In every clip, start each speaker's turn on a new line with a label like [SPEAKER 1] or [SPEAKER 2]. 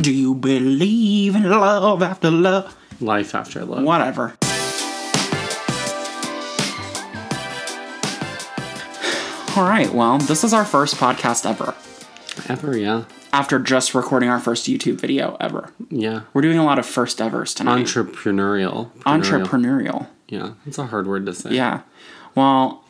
[SPEAKER 1] Do you believe in love after love?
[SPEAKER 2] Life after love.
[SPEAKER 1] Whatever. All right, well, this is our first podcast ever
[SPEAKER 2] Ever, yeah.
[SPEAKER 1] after just recording our first YouTube video ever.
[SPEAKER 2] Yeah.
[SPEAKER 1] We're doing a lot of first evers tonight.
[SPEAKER 2] Entrepreneurial. Entrepreneur.
[SPEAKER 1] Entrepreneurial.
[SPEAKER 2] Yeah. It's a hard word to say.
[SPEAKER 1] Yeah. Well,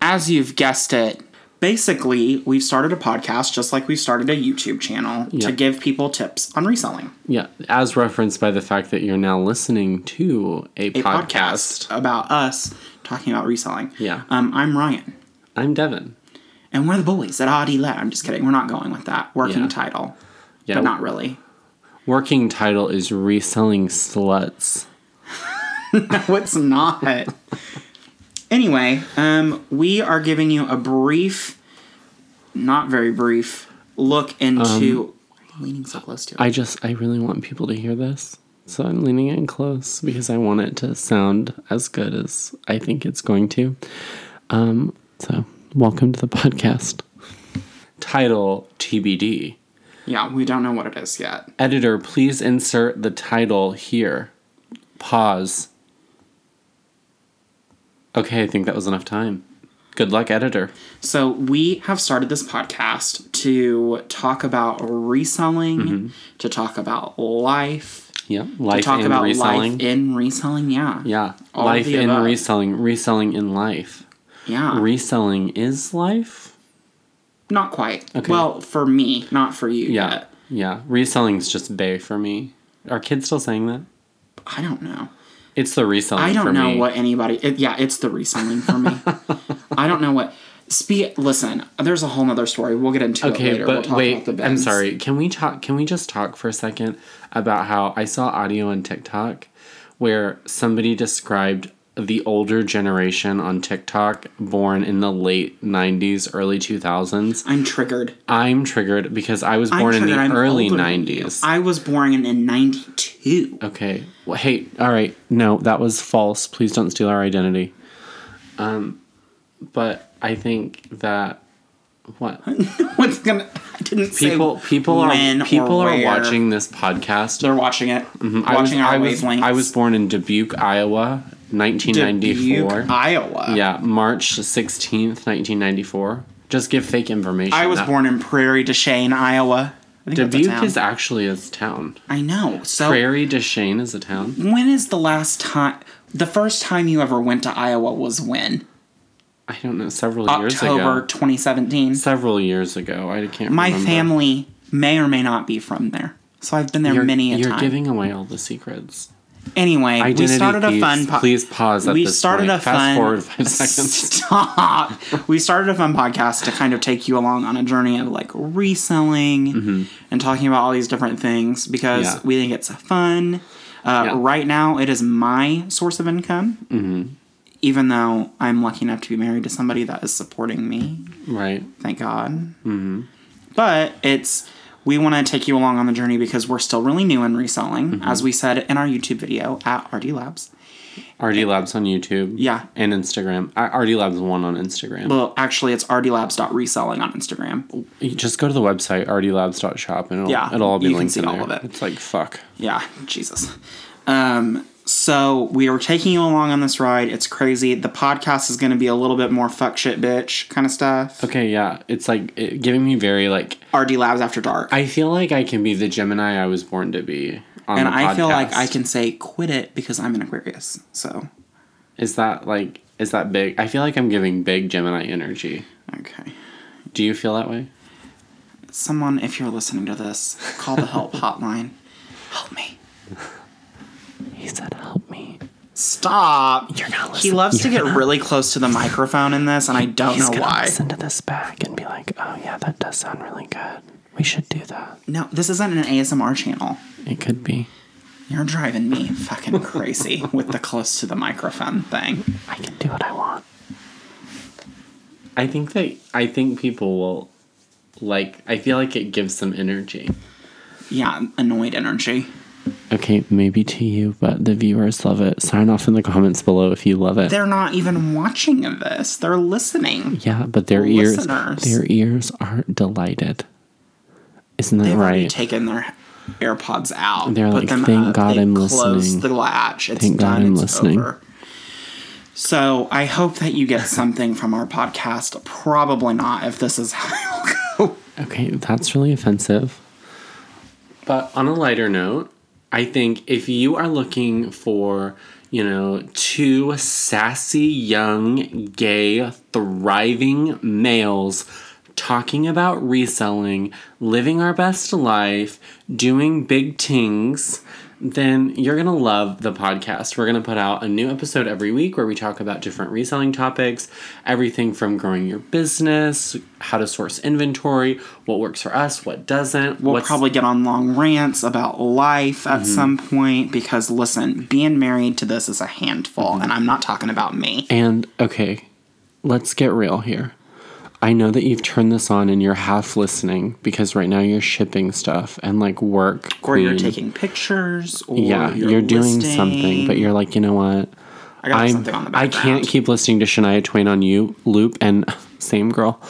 [SPEAKER 1] as you've guessed it, basically, we've started a podcast just like we started a YouTube channel
[SPEAKER 2] Yeah.
[SPEAKER 1] to give people tips on reselling.
[SPEAKER 2] Yeah. As referenced by the fact that you're now listening to a,
[SPEAKER 1] A
[SPEAKER 2] podcast.
[SPEAKER 1] podcast about us talking about reselling.
[SPEAKER 2] Yeah.
[SPEAKER 1] Um, I'm Ryan,
[SPEAKER 2] I'm Devin.
[SPEAKER 1] and we're the boys at Audi Let. I'm just kidding. We're not going with that working
[SPEAKER 2] Yeah.
[SPEAKER 1] title,
[SPEAKER 2] Yeah.
[SPEAKER 1] but not really.
[SPEAKER 2] Working title is Reselling Sluts.
[SPEAKER 1] No, it's not. anyway, um, we are giving you a brief, not very brief, look into. Why are you leaning so close to it?
[SPEAKER 2] Um, I just, I really want people to hear this. So I'm leaning in close because I want it to sound as good as I think it's going to. Um, so welcome to the podcast. Title TBD.
[SPEAKER 1] yeah, we don't know what it is yet.
[SPEAKER 2] Editor, please insert the title here. Pause. Okay, I think that was enough time. Good luck, editor.
[SPEAKER 1] So, we have started this podcast to talk about reselling,
[SPEAKER 2] Mm-hmm.
[SPEAKER 1] to talk about life,
[SPEAKER 2] Yeah, life
[SPEAKER 1] to talk
[SPEAKER 2] and
[SPEAKER 1] about
[SPEAKER 2] reselling.
[SPEAKER 1] life in reselling. Yeah.
[SPEAKER 2] yeah,
[SPEAKER 1] all of
[SPEAKER 2] life
[SPEAKER 1] the
[SPEAKER 2] in
[SPEAKER 1] above. Ah.
[SPEAKER 2] reselling, reselling in life.
[SPEAKER 1] Yeah.
[SPEAKER 2] Reselling is life.
[SPEAKER 1] not quite.
[SPEAKER 2] Okay.
[SPEAKER 1] Well, for me, not for you
[SPEAKER 2] Yeah,
[SPEAKER 1] yet.
[SPEAKER 2] yeah. Reselling's just bay for me. Are kids still saying that?
[SPEAKER 1] I don't know.
[SPEAKER 2] It's the reselling.
[SPEAKER 1] I
[SPEAKER 2] for
[SPEAKER 1] don't know
[SPEAKER 2] me.
[SPEAKER 1] what anybody. It, yeah, it's the reselling for me. I don't know what. Spe- listen, there's a whole nother story. We'll get into it
[SPEAKER 2] Okay,
[SPEAKER 1] later. we'll
[SPEAKER 2] but
[SPEAKER 1] talk
[SPEAKER 2] wait,
[SPEAKER 1] about the
[SPEAKER 2] I'm
[SPEAKER 1] bins.
[SPEAKER 2] sorry. Can we talk? Can we just talk for a second about how I saw audio on TikTok where somebody described the older generation on TikTok born in the late 90s, early 2000s.
[SPEAKER 1] I'm triggered.
[SPEAKER 2] I'm triggered because I was
[SPEAKER 1] I'm
[SPEAKER 2] born in the
[SPEAKER 1] triggered. I'm
[SPEAKER 2] early
[SPEAKER 1] older than you.
[SPEAKER 2] 90s.
[SPEAKER 1] I was born in, in 92.
[SPEAKER 2] Okay. Well, hey, all right. No, that was false. Please don't steal our identity. Um, but I think that what
[SPEAKER 1] What's gonna? I didn't
[SPEAKER 2] people
[SPEAKER 1] say
[SPEAKER 2] people
[SPEAKER 1] when
[SPEAKER 2] are
[SPEAKER 1] or
[SPEAKER 2] people are
[SPEAKER 1] where.
[SPEAKER 2] watching this podcast.
[SPEAKER 1] They're watching it.
[SPEAKER 2] Mm-hmm. I was,
[SPEAKER 1] Watching our
[SPEAKER 2] I, was,
[SPEAKER 1] wavelengths.
[SPEAKER 2] I was born in Dubuque, Iowa, 1994.
[SPEAKER 1] Dubuque, Iowa.
[SPEAKER 2] Yeah, March 16th, 1994. Just give fake information.
[SPEAKER 1] I was
[SPEAKER 2] That-
[SPEAKER 1] born in Prairie du Chien, Iowa. I think that's a
[SPEAKER 2] Dubuque
[SPEAKER 1] town.
[SPEAKER 2] is actually a town.
[SPEAKER 1] I know. So
[SPEAKER 2] Prairie du Chien is a town.
[SPEAKER 1] when is the last time? The first time you ever went to Iowa was when?
[SPEAKER 2] I don't know, several
[SPEAKER 1] October
[SPEAKER 2] years ago.
[SPEAKER 1] 2017.
[SPEAKER 2] Several years ago. I can't
[SPEAKER 1] My
[SPEAKER 2] remember.
[SPEAKER 1] family may or may not be from there. So I've been there
[SPEAKER 2] You're,
[SPEAKER 1] many a
[SPEAKER 2] you're
[SPEAKER 1] time.
[SPEAKER 2] giving away all the secrets.
[SPEAKER 1] anyway, we
[SPEAKER 2] Identity
[SPEAKER 1] started a
[SPEAKER 2] thieves,
[SPEAKER 1] fun po-
[SPEAKER 2] Please pause at
[SPEAKER 1] we
[SPEAKER 2] this
[SPEAKER 1] started
[SPEAKER 2] point.
[SPEAKER 1] a
[SPEAKER 2] Fast
[SPEAKER 1] fun-
[SPEAKER 2] forward five seconds.
[SPEAKER 1] Stop. we started a fun podcast to kind of take you along on a journey of like reselling and talking about all these different things because
[SPEAKER 2] Mm-hmm. Yeah.
[SPEAKER 1] we think it's fun. Uh,
[SPEAKER 2] Yeah. Mm-hmm.
[SPEAKER 1] Right now, it is my source of income. Even though I'm lucky enough to be married to somebody that is supporting me,
[SPEAKER 2] Right.
[SPEAKER 1] thank God.
[SPEAKER 2] Mm-hmm.
[SPEAKER 1] But it's we want to take you along on the journey because we're still really new in reselling,
[SPEAKER 2] Mm-hmm.
[SPEAKER 1] as we said in our YouTube video at RD Labs.
[SPEAKER 2] RD Labs on YouTube.
[SPEAKER 1] Yeah.
[SPEAKER 2] And Instagram. I- RD Labs 1 on Instagram.
[SPEAKER 1] Well, actually, it's rdlabs.reselling on Instagram.
[SPEAKER 2] You just go to the website rdlabs.shop and it'll,
[SPEAKER 1] Yeah,
[SPEAKER 2] it'll all be
[SPEAKER 1] you can
[SPEAKER 2] linked
[SPEAKER 1] see
[SPEAKER 2] in
[SPEAKER 1] all
[SPEAKER 2] there.
[SPEAKER 1] of it.
[SPEAKER 2] It's like fuck.
[SPEAKER 1] Yeah, Jesus. Um, so we are taking you along on this ride. It's crazy. The podcast is going to be a little bit more fuck shit bitch kind of stuff.
[SPEAKER 2] Okay, yeah, it's like it, giving me very like
[SPEAKER 1] RD Labs after dark.
[SPEAKER 2] I feel like I can be the Gemini I was born to be. On
[SPEAKER 1] and
[SPEAKER 2] the
[SPEAKER 1] I feel like
[SPEAKER 2] podcast.
[SPEAKER 1] I can say quit it because I'm an Aquarius. So
[SPEAKER 2] Is that like is that big? I feel like I'm giving big Gemini energy.
[SPEAKER 1] okay.
[SPEAKER 2] Do you feel that way?
[SPEAKER 1] Someone, if you're listening to this, call the help hotline. Help me.
[SPEAKER 2] He said, "Help me."
[SPEAKER 1] Stop.
[SPEAKER 2] You're gonna listen.
[SPEAKER 1] He loves to get really close to the microphone in this, and I don't know why.
[SPEAKER 2] to this back and be like, "Oh yeah, that does sound really good. We should do that."
[SPEAKER 1] No, this isn't an ASMR channel.
[SPEAKER 2] It could be.
[SPEAKER 1] You're driving me fucking crazy with the close to the microphone thing.
[SPEAKER 2] I can do what I want. I think that I think people will like I feel like it gives them energy.
[SPEAKER 1] Yeah, annoyed energy.
[SPEAKER 2] Okay, maybe to you, but the viewers love it. Sign off in the comments below if you love it.
[SPEAKER 1] They're not even watching this, they're listening.
[SPEAKER 2] yeah, but their
[SPEAKER 1] Listeners.
[SPEAKER 2] ears their ears are delighted. Isn't that
[SPEAKER 1] They've already
[SPEAKER 2] right?
[SPEAKER 1] taken their AirPods out.
[SPEAKER 2] They're
[SPEAKER 1] put
[SPEAKER 2] like,
[SPEAKER 1] them
[SPEAKER 2] "Thank
[SPEAKER 1] up,
[SPEAKER 2] God
[SPEAKER 1] they
[SPEAKER 2] I'm
[SPEAKER 1] close
[SPEAKER 2] listening.
[SPEAKER 1] the latch. It's
[SPEAKER 2] Thank God
[SPEAKER 1] done.
[SPEAKER 2] I'm
[SPEAKER 1] it's
[SPEAKER 2] listening.
[SPEAKER 1] over. So I hope that you get something from our podcast. Probably not if this is how it'll go.
[SPEAKER 2] Okay, that's really offensive. But on a lighter note, I think if you are looking for, you know, two sassy, young, gay, thriving males talking about reselling, living our best life, doing big things, then you're going to love the podcast. We're going to put out a new episode every week where we talk about different reselling topics everything from growing your business, how to source inventory, what works for us, what doesn't.
[SPEAKER 1] We'll
[SPEAKER 2] what's- Mm-hmm.
[SPEAKER 1] probably get on long rants about life at some point because listen, being married to this is a handful,
[SPEAKER 2] Mm-hmm.
[SPEAKER 1] and I'm not talking about me.
[SPEAKER 2] And okay, let's get real here. I know that you've turned this on and you're half listening because right now you're shipping stuff and like work.
[SPEAKER 1] Or you're
[SPEAKER 2] queen.
[SPEAKER 1] taking pictures, or
[SPEAKER 2] Mm. Yeah,
[SPEAKER 1] you're,
[SPEAKER 2] you're, doing
[SPEAKER 1] listing.
[SPEAKER 2] something, but you're like, you know what?
[SPEAKER 1] I got
[SPEAKER 2] I'm,
[SPEAKER 1] something on the
[SPEAKER 2] I
[SPEAKER 1] background.
[SPEAKER 2] can't keep listening to Shania Twain on you loop and same girl.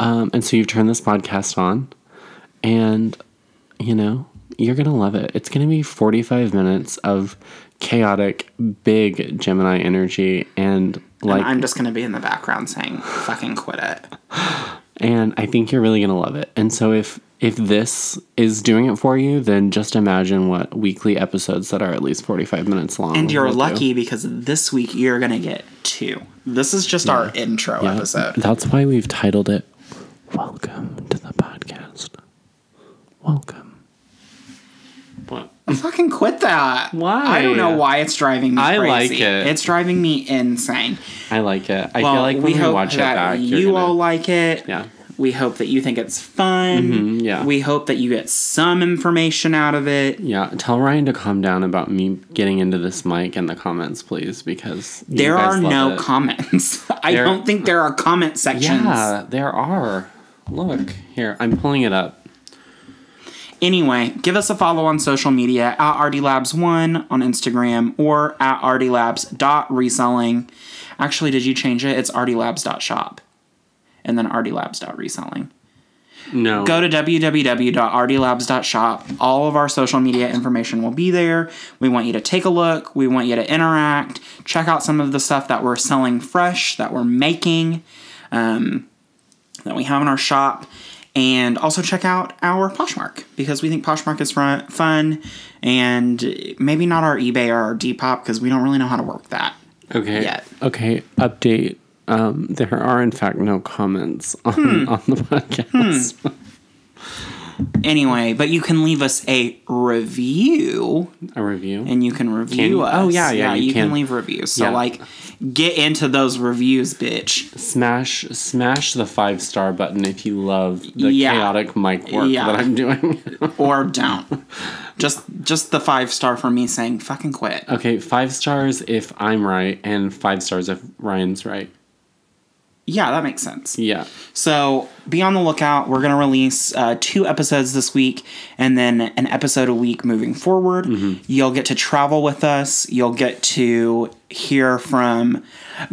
[SPEAKER 2] Um, and so you've turned this podcast on, and you know you're gonna love it. It's gonna be 45 minutes of chaotic, big Gemini energy, and like
[SPEAKER 1] I'm just going to be in the background saying, fucking quit it.
[SPEAKER 2] and I think you're really gonna love it. And so if if this is doing it for you, then just imagine what weekly episodes that are at least 45 minutes long.
[SPEAKER 1] And you're
[SPEAKER 2] will do.
[SPEAKER 1] lucky because this week you're going to get two. This is just our intro
[SPEAKER 2] Yeah,
[SPEAKER 1] episode.
[SPEAKER 2] That's why we've titled it Welcome to the podcast. Welcome. What?
[SPEAKER 1] Fucking quit that.
[SPEAKER 2] Why?
[SPEAKER 1] I don't know why it's driving me
[SPEAKER 2] I
[SPEAKER 1] crazy.
[SPEAKER 2] like it.
[SPEAKER 1] It's driving me insane.
[SPEAKER 2] I like it. I
[SPEAKER 1] Well,
[SPEAKER 2] feel like when
[SPEAKER 1] we
[SPEAKER 2] we,
[SPEAKER 1] hope
[SPEAKER 2] watch it
[SPEAKER 1] that
[SPEAKER 2] back, you're
[SPEAKER 1] you
[SPEAKER 2] gonna-
[SPEAKER 1] all like it.
[SPEAKER 2] Yeah.
[SPEAKER 1] We hope that you think it's fun.
[SPEAKER 2] Mhm, yeah.
[SPEAKER 1] We hope that you get some information out of it.
[SPEAKER 2] Yeah, tell Ryan to calm down about me getting into this mic in the comments, please, because you
[SPEAKER 1] There
[SPEAKER 2] guys
[SPEAKER 1] are
[SPEAKER 2] love
[SPEAKER 1] no
[SPEAKER 2] it.
[SPEAKER 1] comments. I
[SPEAKER 2] There-
[SPEAKER 1] don't think there are comment sections.
[SPEAKER 2] Yeah, there are. Look here, I'm pulling it up.
[SPEAKER 1] Anyway, give us a follow on social media at rdlabs1 on Instagram or at rdlabs.reselling. Actually, did you change it? It's rdlabs.shop and then rdlabs.reselling.
[SPEAKER 2] No,
[SPEAKER 1] Go to www.rdlabs.shop. All of our social media information will be there. We want you to take a look. We want you to interact. Check out some of the stuff that we're selling fresh, that we're making, um, that we have in our shop. And also check out our Poshmark because we think Poshmark is fun, fun and maybe not our eBay or our Depop because we don't really know how to work that.
[SPEAKER 2] Okay.
[SPEAKER 1] yet.
[SPEAKER 2] Okay. Update. Um, there are in fact no comments on, on the podcast.
[SPEAKER 1] Anyway, but you can leave us a review
[SPEAKER 2] A review.
[SPEAKER 1] and you can review
[SPEAKER 2] you?
[SPEAKER 1] us.
[SPEAKER 2] Oh, yeah, yeah,
[SPEAKER 1] you,
[SPEAKER 2] you
[SPEAKER 1] can.
[SPEAKER 2] can.
[SPEAKER 1] leave reviews. So
[SPEAKER 2] Yeah.
[SPEAKER 1] like, get into those reviews, bitch.
[SPEAKER 2] smash smash the five star button if you love the
[SPEAKER 1] Yeah.
[SPEAKER 2] chaotic mic work
[SPEAKER 1] Yeah.
[SPEAKER 2] that I'm doing.
[SPEAKER 1] Or don't. just just the five star for me saying fucking quit.
[SPEAKER 2] okay, five stars if I'm right, and five stars if Ryan's right.
[SPEAKER 1] Yeah, that makes sense.
[SPEAKER 2] Yeah.
[SPEAKER 1] So be on the lookout. We're gonna release uh, two episodes this week, and then an episode a week moving forward.
[SPEAKER 2] Mm-hmm.
[SPEAKER 1] You'll get to travel with us. You'll get to hear from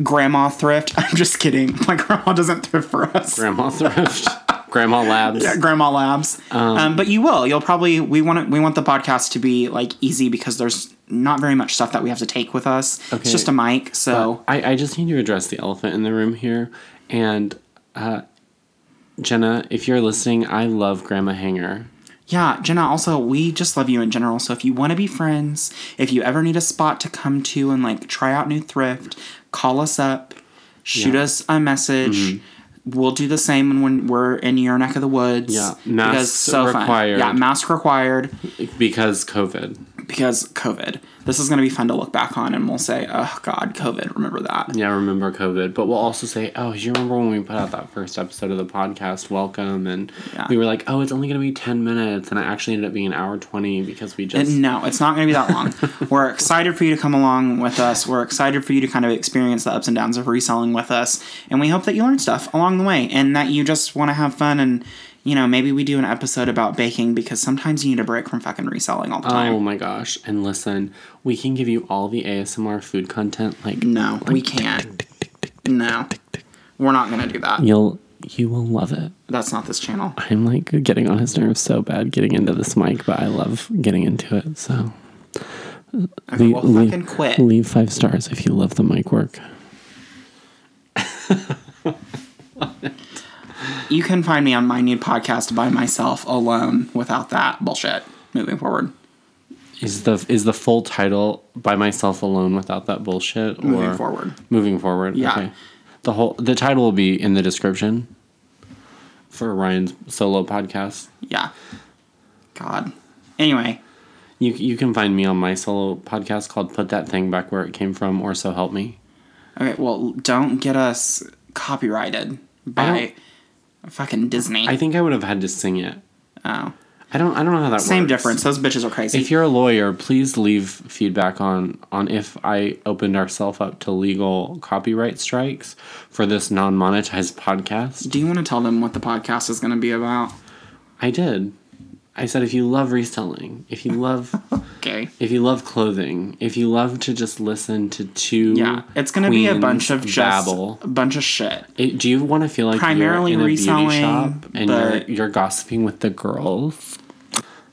[SPEAKER 1] Grandma Thrift. I'm just kidding. My grandma doesn't thrift for us.
[SPEAKER 2] Grandma Thrift. Grandma Labs.
[SPEAKER 1] at Grandma Labs. Um, but you will. You'll probably we want it, we want the podcast to be like easy because there's not very much stuff that we have to take with us. It's
[SPEAKER 2] Okay.
[SPEAKER 1] just a mic, so
[SPEAKER 2] I, I just need to address the elephant in the room here. And uh, Jenna, if you're listening, I love Grandma Hanger.
[SPEAKER 1] yeah, Jenna. Also, we just love you in general. So if you want to be friends, if you ever need a spot to come to and like try out new thrift, call us up, shoot us a message.
[SPEAKER 2] Mm-hmm.
[SPEAKER 1] We'll do the same when we're in your neck of the woods.
[SPEAKER 2] Yeah,
[SPEAKER 1] because
[SPEAKER 2] masks required.
[SPEAKER 1] Fun. Yeah, mask required.
[SPEAKER 2] Because COVID.
[SPEAKER 1] because COVID. This is going to be fun to look back on and we'll say, oh God, COVID, remember that.
[SPEAKER 2] Yeah, I remember COVID. But we'll also say, oh, you remember when we put out that first episode of the podcast, Welcome? And
[SPEAKER 1] Yeah.
[SPEAKER 2] we were like, oh, it's only going to be 10 minutes. And it actually ended up being an hour 20 because we just.
[SPEAKER 1] And no, it's not going to be that long. We're excited for you to come along with us. We're excited for you to kind of experience the ups and downs of reselling with us. And we hope that you learn stuff along the way and that you just want to have fun. And, you know, maybe we do an episode about baking because sometimes you need a break from fucking reselling all the time.
[SPEAKER 2] Oh my gosh. And listen, we can give you all the ASMR food content. Like,
[SPEAKER 1] no, we can't. No, we're not going to do that.
[SPEAKER 2] you'll You will love it.
[SPEAKER 1] That's not this channel.
[SPEAKER 2] I'm like getting on his nerves so bad getting into this mic, but I love getting into it. So
[SPEAKER 1] Okay,
[SPEAKER 2] Le-
[SPEAKER 1] well,
[SPEAKER 2] le-
[SPEAKER 1] fucking quit.
[SPEAKER 2] leave five stars if you love the mic work.
[SPEAKER 1] You can find me on my new podcast by myself alone without that bullshit moving forward.
[SPEAKER 2] Is the is the full title by myself alone without that bullshit? Or
[SPEAKER 1] Moving forward.
[SPEAKER 2] Moving forward.
[SPEAKER 1] Yeah.
[SPEAKER 2] Okay. The whole the title will be in the description for Ryan's solo podcast.
[SPEAKER 1] Yeah. God. Anyway,
[SPEAKER 2] You you can find me on my solo podcast called "Put That Thing Back Where It Came From" or "So Help Me."
[SPEAKER 1] okay, well, don't get us copyrighted by fucking Disney.
[SPEAKER 2] I think I would have had to sing it.
[SPEAKER 1] oh.
[SPEAKER 2] I don't I don't know how that
[SPEAKER 1] Same
[SPEAKER 2] works.
[SPEAKER 1] difference. Those bitches are crazy.
[SPEAKER 2] If you're a lawyer, please leave feedback on on if I opened ourselves up to legal copyright strikes for this non-monetized podcast.
[SPEAKER 1] Do you want to tell them what the podcast is going to be about?
[SPEAKER 2] I did. I said if you love reselling, if you love
[SPEAKER 1] Okay.
[SPEAKER 2] if you love clothing, if you love to just listen to two
[SPEAKER 1] Yeah, it's going to be a
[SPEAKER 2] queens
[SPEAKER 1] bunch of just
[SPEAKER 2] babble.
[SPEAKER 1] a bunch of shit.
[SPEAKER 2] It- do you want to feel like
[SPEAKER 1] Primarily
[SPEAKER 2] you're in a beauty
[SPEAKER 1] reselling,
[SPEAKER 2] shop and
[SPEAKER 1] but-
[SPEAKER 2] you're you're gossiping with the girls?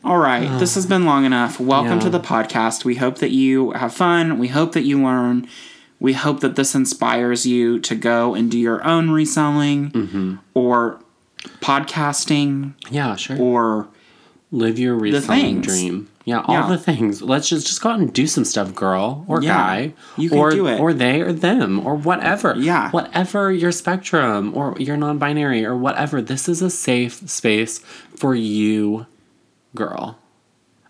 [SPEAKER 1] All right, this has been long enough. Welcome
[SPEAKER 2] Oh. Yeah.
[SPEAKER 1] to the podcast. We hope that you have fun. We hope that you learn. We hope that this inspires you to go and do your own reselling
[SPEAKER 2] Mm-hmm.
[SPEAKER 1] or podcasting
[SPEAKER 2] Yeah, sure.
[SPEAKER 1] or
[SPEAKER 2] Live your reselling
[SPEAKER 1] things.
[SPEAKER 2] dream. Yeah, all
[SPEAKER 1] Yeah.
[SPEAKER 2] the things. Let's just just go out and do some stuff, girl or
[SPEAKER 1] Yeah.
[SPEAKER 2] guy,
[SPEAKER 1] You can
[SPEAKER 2] or
[SPEAKER 1] do it.
[SPEAKER 2] or they or them or whatever.
[SPEAKER 1] Yeah.
[SPEAKER 2] whatever your spectrum or your non-binary or whatever. This is a safe space for you, girl,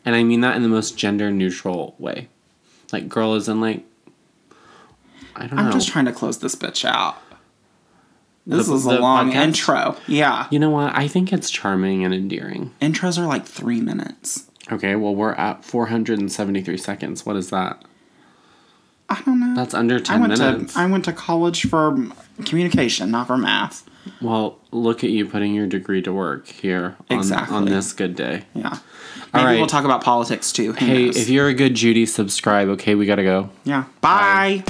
[SPEAKER 2] and I mean that in the most gender-neutral way. Like, girl is in like, I don't
[SPEAKER 1] I'm
[SPEAKER 2] know.
[SPEAKER 1] just trying to close this bitch out. This
[SPEAKER 2] Oh. The-
[SPEAKER 1] is a
[SPEAKER 2] the
[SPEAKER 1] long
[SPEAKER 2] podcast?
[SPEAKER 1] intro. Yeah.
[SPEAKER 2] you know what? I think it's charming and endearing.
[SPEAKER 1] Intros are like 3 minutes.
[SPEAKER 2] Okay, well we're at 473 seconds. What is that?
[SPEAKER 1] I don't know.
[SPEAKER 2] That's under
[SPEAKER 1] I
[SPEAKER 2] 10
[SPEAKER 1] went
[SPEAKER 2] minutes.
[SPEAKER 1] to I went to college for communication, not for math.
[SPEAKER 2] Well, look at you putting your degree to work here on,
[SPEAKER 1] Exactly.
[SPEAKER 2] on this good day.
[SPEAKER 1] Yeah.
[SPEAKER 2] All
[SPEAKER 1] Maybe we'll
[SPEAKER 2] right.
[SPEAKER 1] talk about politics too. Who
[SPEAKER 2] Hey,
[SPEAKER 1] knows?
[SPEAKER 2] if you're a good Judy, subscribe. Okay, we gotta go.
[SPEAKER 1] yeah. Bye.